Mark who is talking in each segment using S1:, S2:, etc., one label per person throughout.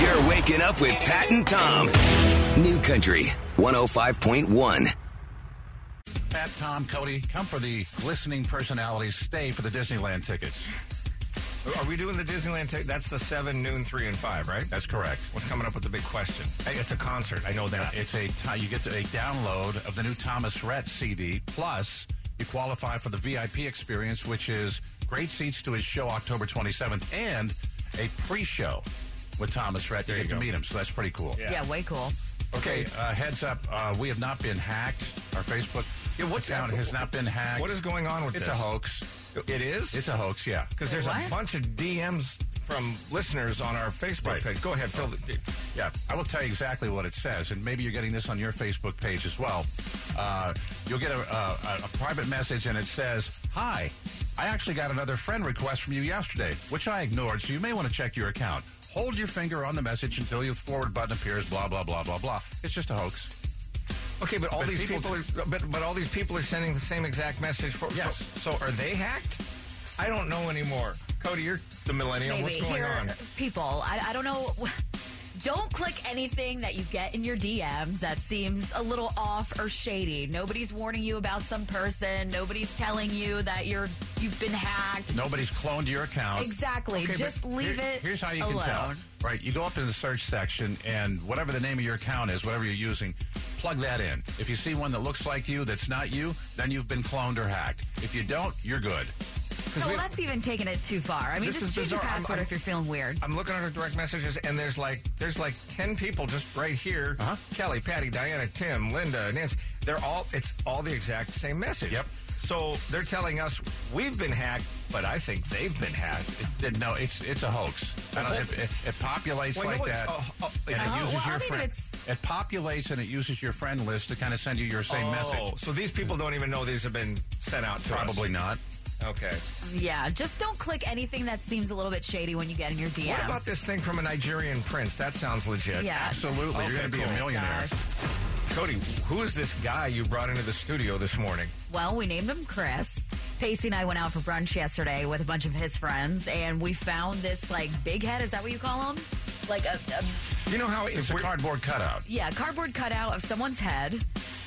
S1: You're waking up with Pat and Tom. New Country 105.1.
S2: Pat, Tom, Cody, come for the listening personalities. Stay for the Disneyland tickets.
S3: Are we doing the Disneyland? T- that's the seven, noon, three, and five, right?
S2: That's correct.
S3: What's coming up with the big question? Hey, it's a concert. I know that.
S2: It's a ti- you get to a download of the new Thomas Rhett CD. Plus, you qualify for the VIP experience, which is great seats to his show October 27th and a pre-show with Thomas Rhett. You get to meet him, so that's pretty cool.
S4: Yeah, way cool.
S2: Okay, uh, heads up, uh, we have not been hacked. Our Facebook
S3: Yeah, what's
S2: account
S3: that?
S2: has not been hacked.
S3: What is going on with
S2: it's
S3: this?
S2: a hoax.
S3: It is?
S2: It's a hoax. Yeah.
S3: Because there's a
S4: What?
S3: bunch of DMs from listeners on our Facebook
S2: Right. Oh.
S3: page. Go ahead, Phil.
S2: Yeah, I will tell you exactly what it says, and maybe you're getting this on your Facebook page as well. Uh, you'll get a, a, a private message, and it says, "Hi, I actually got another friend request from you yesterday, which I ignored. So you may want to check your account. Hold your finger on the message until your forward button appears. Blah blah blah blah blah. It's just a hoax.
S3: Okay, but all
S2: But
S3: these
S2: people-
S3: people, are, but, but all these people are sending the same exact message. For, for-
S2: Yes.
S3: so are they hacked? I don't know anymore. Cody, you're the millennial.
S4: Maybe
S3: What's going
S4: here,
S3: on?
S4: people. I, I don't know. Don't click anything that you get in your DMs that seems a little off or shady. Nobody's warning you about some person. Nobody's telling you that you're you've been hacked.
S2: Nobody's cloned your account.
S4: Exactly.
S2: but
S4: Just leave it
S2: Here's how you
S4: alone.
S2: can tell. Right, you go up in the search section, and whatever the name of your account is, whatever you're using, plug that in. If you see one that looks like you, that's not you, then you've been cloned or hacked. If you don't, you're good.
S4: No,
S3: we-
S4: well, that's even taking it too far. I mean,
S3: This is
S4: just change your
S3: bizarre. I'm-
S4: password
S3: I'm-
S4: if you're feeling weird.
S3: I'm looking at our direct messages, and there's like there's like ten people just right here.
S2: Uh-huh.
S3: Kelly, Patty, Diana, Tim, Linda, Nancy. They're all it's all the exact same message.
S2: Yep.
S3: So they're telling us we've been hacked, but I think they've been hacked.
S2: Then No, it's it's a hoax. I don't, it, it, it populates
S3: Well, I
S2: like
S3: know it's
S2: that,
S3: a- a-
S2: and
S4: Uh,
S2: it uses
S4: well, I
S2: your
S4: mean,
S2: friend.
S4: it's-
S2: It populates and it uses your friend list to kind of send you your same
S3: Oh,
S2: message.
S3: so these people don't even know these have been sent out to
S2: Probably
S3: us.
S2: not.
S3: Okay.
S4: Yeah, just don't click anything that seems a little bit shady when you get in your DMs.
S3: What about this thing from a Nigerian prince? That sounds legit.
S4: Yeah.
S2: Absolutely,
S3: Okay,
S2: you're going to be
S3: cool.
S2: a millionaire.
S4: Gosh.
S3: Cody, who is this guy you brought into the studio this morning?
S4: Well, we named him Chris. Pacey and I went out for brunch yesterday with a bunch of his friends, and we found this like big head. Is that what you call him? Like a, a
S3: You know how
S2: It's a
S3: we're-
S2: cardboard cutout.
S4: yeah, cardboard cutout of someone's head.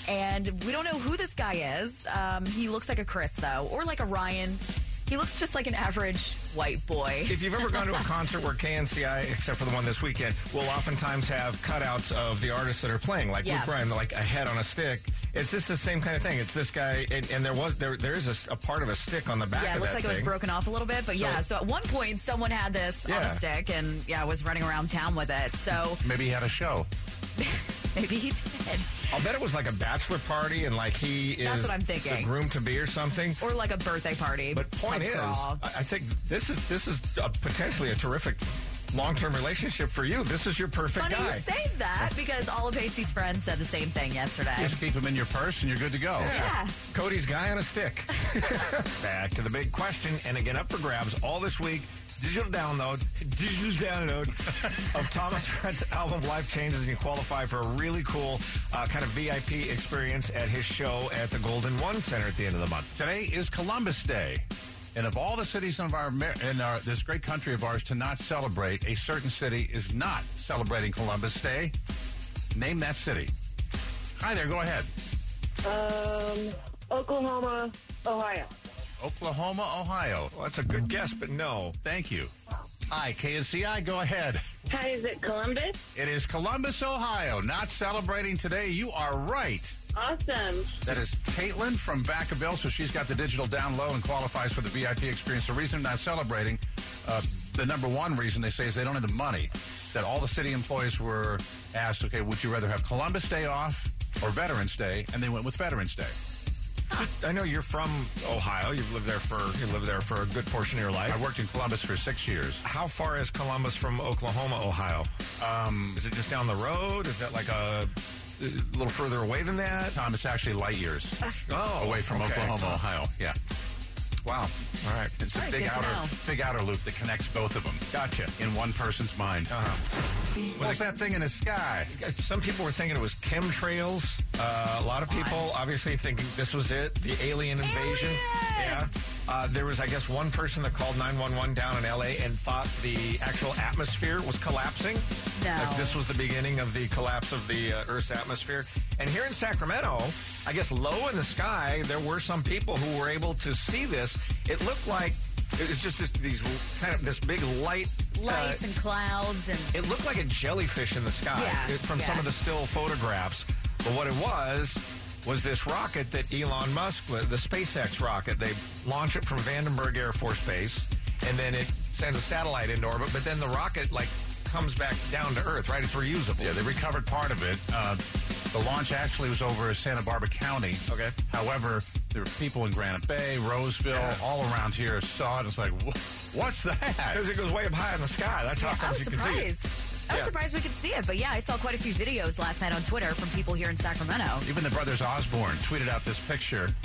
S4: And we don't know who this guy is. Um, he looks like a Chris though, or like a Ryan. He looks just like an average white boy.
S3: If you've ever gone to a concert where KNCI, except for the one this weekend, will oftentimes have cutouts of the artists that are playing, like
S4: Yeah.
S3: Luke Bryan, like a head on a stick. It's just the same kind of thing. It's this guy, and, and there was there there is a s- a, part of a stick on the back.
S4: Yeah, it
S3: of
S4: looks
S3: that
S4: like it was
S3: thing.
S4: broken off a little bit, but
S3: So-
S4: yeah. So at one point, someone had this on a
S3: Yeah.
S4: stick, and yeah, was running around town with it. So
S2: Maybe he had a show.
S4: maybe he did,
S3: I'll bet it was like a bachelor party, and like he is
S4: That's what I'm thinking.
S3: the groom to be or something.
S4: or like a birthday party.
S3: But point
S4: Like
S3: is,
S4: raw.
S3: I I think this is this is a, potentially a terrific long term relationship for you. This is your perfect
S4: Funny
S3: guy.
S4: you say that because all of Pacey's friends said the same thing yesterday.
S2: Just keep him in your purse, and you're good to go.
S4: Yeah.
S3: Cody's guy on a stick. Back to the big question, and again up for grabs all this week. Digital download, digital download of Thomas Rhett's album Life Changes, and you qualify for a really cool uh, kind of VIP experience at his show at the Golden One Center at the end of the month.
S2: Today is Columbus Day. And of all the cities of our Amer- in our, this great country of ours to not celebrate, a certain city is not celebrating Columbus Day. Name that city. Hi there, go ahead.
S5: Um, Oklahoma, Ohio.
S2: Oklahoma, Ohio.
S3: Well, that's a good guess, but no.
S2: Thank you. Hi, KNCI, go ahead.
S5: Hi, is it Columbus?
S2: It is Columbus, Ohio, not celebrating today. You are right.
S5: Awesome.
S2: That is Caitlin from Vacaville, so she's got the digital down low and qualifies for the VIP experience. The reason they're not celebrating, uh, the number one reason they say is they don't have the money. That all the city employees were asked, okay, would you rather have Columbus Day off or Veterans Day? And they went with Veterans Day.
S3: I know you're from Ohio. You've lived there for you lived there for a good portion of your life.
S2: I worked in Columbus for six years.
S3: How far is Columbus from Oklahoma, Ohio? Um, is it just down the road? Is that like a, a little further away than that?
S2: Tom, it's actually light years
S3: Oh,
S2: away from
S3: okay.
S2: Oklahoma, Ohio. Yeah.
S3: Wow. All right.
S2: It's a
S4: All right,
S2: big
S4: good to know.
S2: outer, big outer loop that connects both of them.
S3: Gotcha.
S2: In one person's mind.
S3: Uh-huh.
S2: What was that thing in the sky?
S3: Some people were thinking it was chemtrails. Uh, a lot of people obviously thinking this was it, the alien invasion.
S4: Aliens!
S3: Yeah. Uh, there was, I guess, one person that called 911 down in LA and thought the actual atmosphere was collapsing.
S4: No.
S3: Like this was the beginning of the collapse of the uh, Earth's atmosphere. And here in Sacramento, I guess low in the sky, there were some people who were able to see this. It looked like it was just this, these kind of this big light. uh,
S4: Lights and clouds and
S3: it looked like a jellyfish in the sky
S4: Yeah,
S3: it- from some
S4: yeah.
S3: of the still photographs. But what it was was this rocket that Elon Musk, uh, the SpaceX rocket, they launch it from Vandenberg Air Force Base, and then it sends a satellite into orbit. But then the rocket like comes back down to Earth, right? It's reusable.
S2: Yeah, they recovered part of it. Uh, the launch actually was over Santa Barbara County.
S3: Okay.
S2: However, there were people in Granite Bay, Roseville,
S3: Yeah.
S2: all around here saw it. It's like, "Wha- what's that?
S3: Because it goes way up high in the sky. That's how
S4: Yeah, I
S3: comes
S4: was
S3: you can see it.
S4: surprised. I was
S3: Yeah.
S4: surprised we could see it, but yeah, I saw quite a few videos last night on Twitter from people here in Sacramento.
S2: Even the brothers Osborne tweeted out this picture.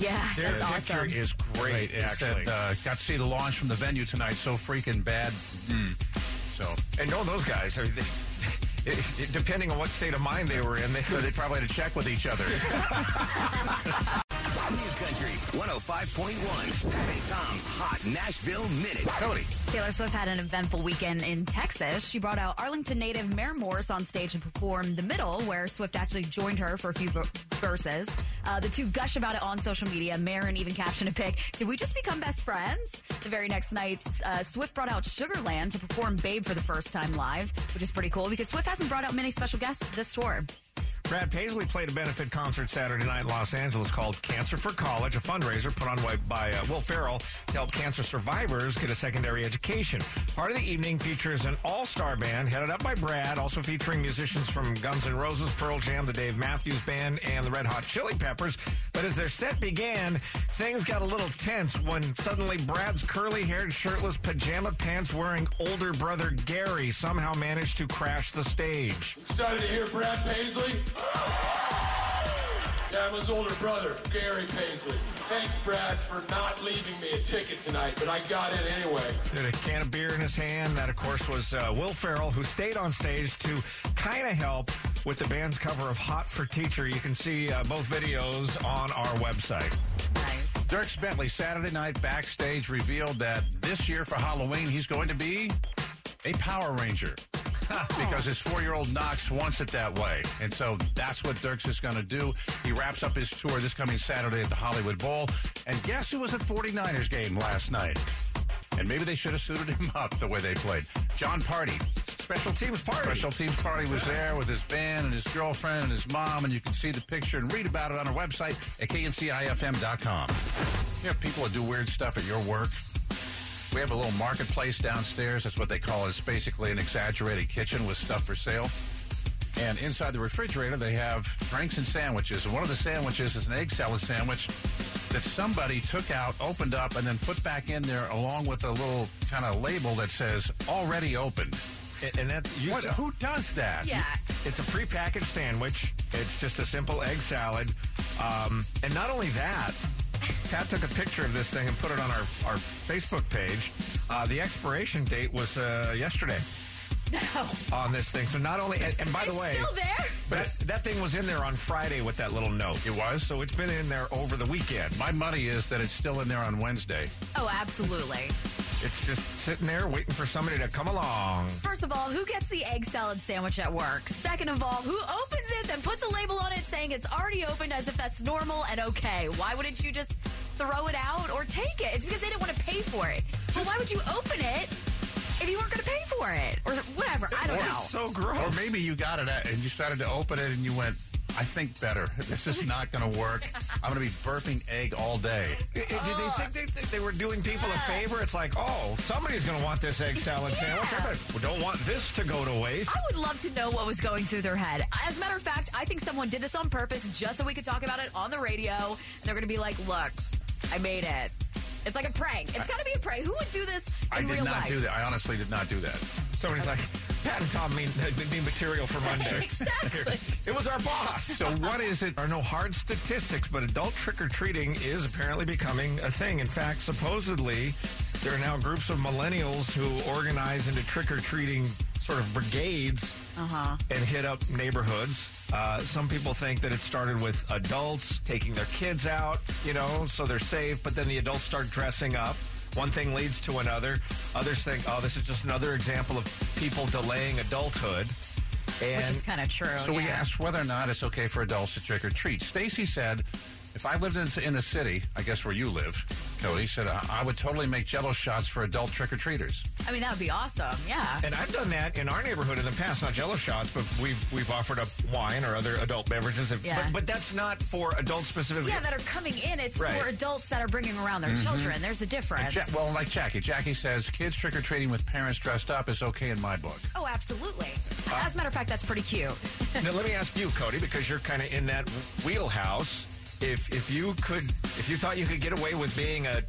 S4: Yeah,
S3: Their
S4: that's
S3: picture
S4: awesome.
S3: is great,
S2: It
S3: actually.
S2: said, uh, got to see the launch from the venue tonight. So freaking bad.
S3: Hmm.
S2: Mm. So
S3: and all those guys, I mean, they, it, it- depending on what state of mind they were in, they could
S2: they probably had to check with each other.
S1: New Country 105.1. Pat and Tom's Hot Nashville Minute.
S2: Cody.
S4: Taylor Swift had an eventful weekend in Texas. She brought out Arlington native Mare Morris on stage to perform The Middle, where Swift actually joined her for a few ver- verses. Uh, the two gush about it on social media. Marin even captioned a pic, Did we just become best friends? The very next night, uh, Swift brought out Sugarland to perform Babe for the first time live, which is pretty cool because Swift hasn't brought out many special guests this tour.
S3: Brad Paisley played a benefit concert Saturday night in Los Angeles called Cancer for College, a fundraiser put on by, by uh, Will Farrell to help cancer survivors get a secondary education. Part of the evening features an all-star band headed up by Brad, also featuring musicians from Guns N' Roses, Pearl Jam, the Dave Matthews Band, and the Red Hot Chili Peppers. But as their set began, things got a little tense when suddenly Brad's curly-haired, shirtless, pajama pants-wearing older brother Gary somehow managed to crash the stage.
S6: Excited to hear Brad Paisley. Yeah, I'm his older brother, Gary Paisley. Thanks, Brad, for not leaving me a ticket tonight, but I got it anyway.
S3: Had a can of beer in his hand. That, of course, was uh, Will Farrell, who stayed on stage to kind of help with the band's cover of Hot for Teacher. You can see uh, both videos on our website.
S4: Nice.
S2: Dirks Bentley Saturday night backstage revealed that this year for Halloween he's going to be a Power Ranger. because his four-year-old Knox wants it that way, and so that's what Dirks is going to do. He wraps up his tour this coming Saturday at the Hollywood Bowl, and guess who was at 49ers game last night? And maybe they should have suited him up the way they played. John Party,
S3: Special teams party.
S2: Special teams party was there with his band and his girlfriend and his mom, and you can see the picture and read about it on our website at kncifm.com. You have people that do weird stuff at your work. We have a little marketplace downstairs. That's what they call it. It's basically an exaggerated kitchen with stuff for sale. And inside the refrigerator, they have drinks and sandwiches. And one of the sandwiches is an egg salad sandwich that somebody took out, opened up, and then put back in there along with a little kind of label that says already opened.
S3: And- And that you
S2: What,
S3: saw-
S2: who does that?
S4: Yeah.
S3: It's a prepackaged sandwich. It's just a simple egg salad. Um, and not only that, Pat took a picture of this thing and put it on our, our Facebook page. Uh, the expiration date was uh, yesterday. On this thing. So not only, and, and by the
S4: It's
S3: way,
S4: still there?
S3: But that, that thing was in there on Friday with that little note. It was? So it's been in there over the weekend.
S2: My money is that it's still in there on Wednesday.
S4: Oh, absolutely.
S3: It's just sitting there waiting for somebody to come along.
S4: First of all, who gets the egg salad sandwich at work? Second of all, who opens it then puts a label on it saying it's already opened as if that's normal and okay? Why wouldn't you just throw it out or take it? It's because they didn't want to pay for it. But why would you open it if you weren't going to pay for it or whatever? I don't
S3: It's
S4: know.
S3: so gross.
S2: Or maybe you got it at, and you started to open it and you went, I think better. This is not going to work. I'm going to be burping egg all day.
S3: Uh, Did they think they, think they were doing people a favor? It's like, oh, somebody's going to want this egg salad sandwich. I
S4: Yeah.
S3: better, well, don't want this to go to waste.
S4: I would love to know what was going through their head. As a matter of fact, I think someone did this on purpose just so we could talk about it on the radio. And they're going to be like, look, I made it. It's like a prank. It's got to be a prank. Who would do this in
S2: I did
S4: real
S2: not
S4: life?
S2: do that. I honestly did not do that.
S3: Somebody's like, Pat and Tom mean, mean material for Monday.
S4: exactly.
S3: it was our boss.
S2: So what is it?
S3: There are no hard statistics, but adult trick or treating is apparently becoming a thing. In fact, supposedly, there are now groups of millennials who
S4: Uh-huh.
S3: organize into trick or treating sort of brigades and hit up neighborhoods. Uh, some people think that it started with adults taking their kids out, you know, so they're safe, but then the adults start dressing up. One thing leads to another. Others think, oh, this is just another example of people delaying adulthood. And
S4: which is kind of true.
S2: So we
S4: Oh, yeah.
S2: asked whether or not it's okay for adults to trick or treat. Stacy said, if I lived in, in the city, I guess where you live, Cody said, I, I would totally make jello shots for adult trick or treaters.
S4: I mean, that would be awesome. Yeah.
S3: And I've done that in our neighborhood in the past, not Jello shots, but we've we've offered up wine or other adult beverages. If-
S4: Yeah.
S3: But, but that's not for adults specifically.
S4: Yeah, that are coming in. It's
S3: Right.
S4: for adults that are bringing around their children. There's a difference.
S2: Ja- Mm-hmm. well, like Jackie. Jackie says, kids trick or treating with parents dressed up is okay in my book.
S4: oh, absolutely. As a matter of fact, that's pretty cute.
S3: now let me ask you, Cody, because you're kind of in that wheelhouse. If if you could, if you thought you could get away with being a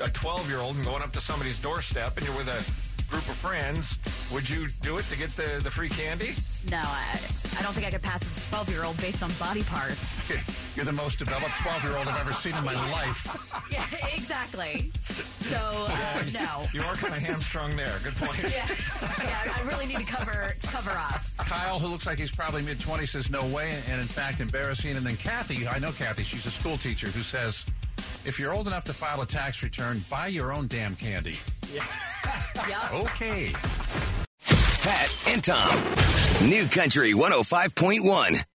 S3: a twelve year old and going up to somebody's doorstep and you're with a group of friends, would you do it to get the the free candy?
S4: No, I, I don't think I could pass as a 12 year old based on body parts.
S2: You're the most developed 12 year old I've ever seen in my life.
S4: yeah, exactly. So,
S2: Oh,
S4: uh, no.
S3: You are kind of hamstrung there. Good point.
S4: Yeah. yeah, I really need to cover cover up.
S2: Kyle, who looks like he's probably mid 20, says, no way, and in fact, embarrassing. And then Kathy, I know Kathy, she's a school teacher, who says, if you're old enough to file a tax return, buy your own damn candy.
S4: Yep.
S2: Okay.
S1: oh Pat and Tom. New Country 105.1.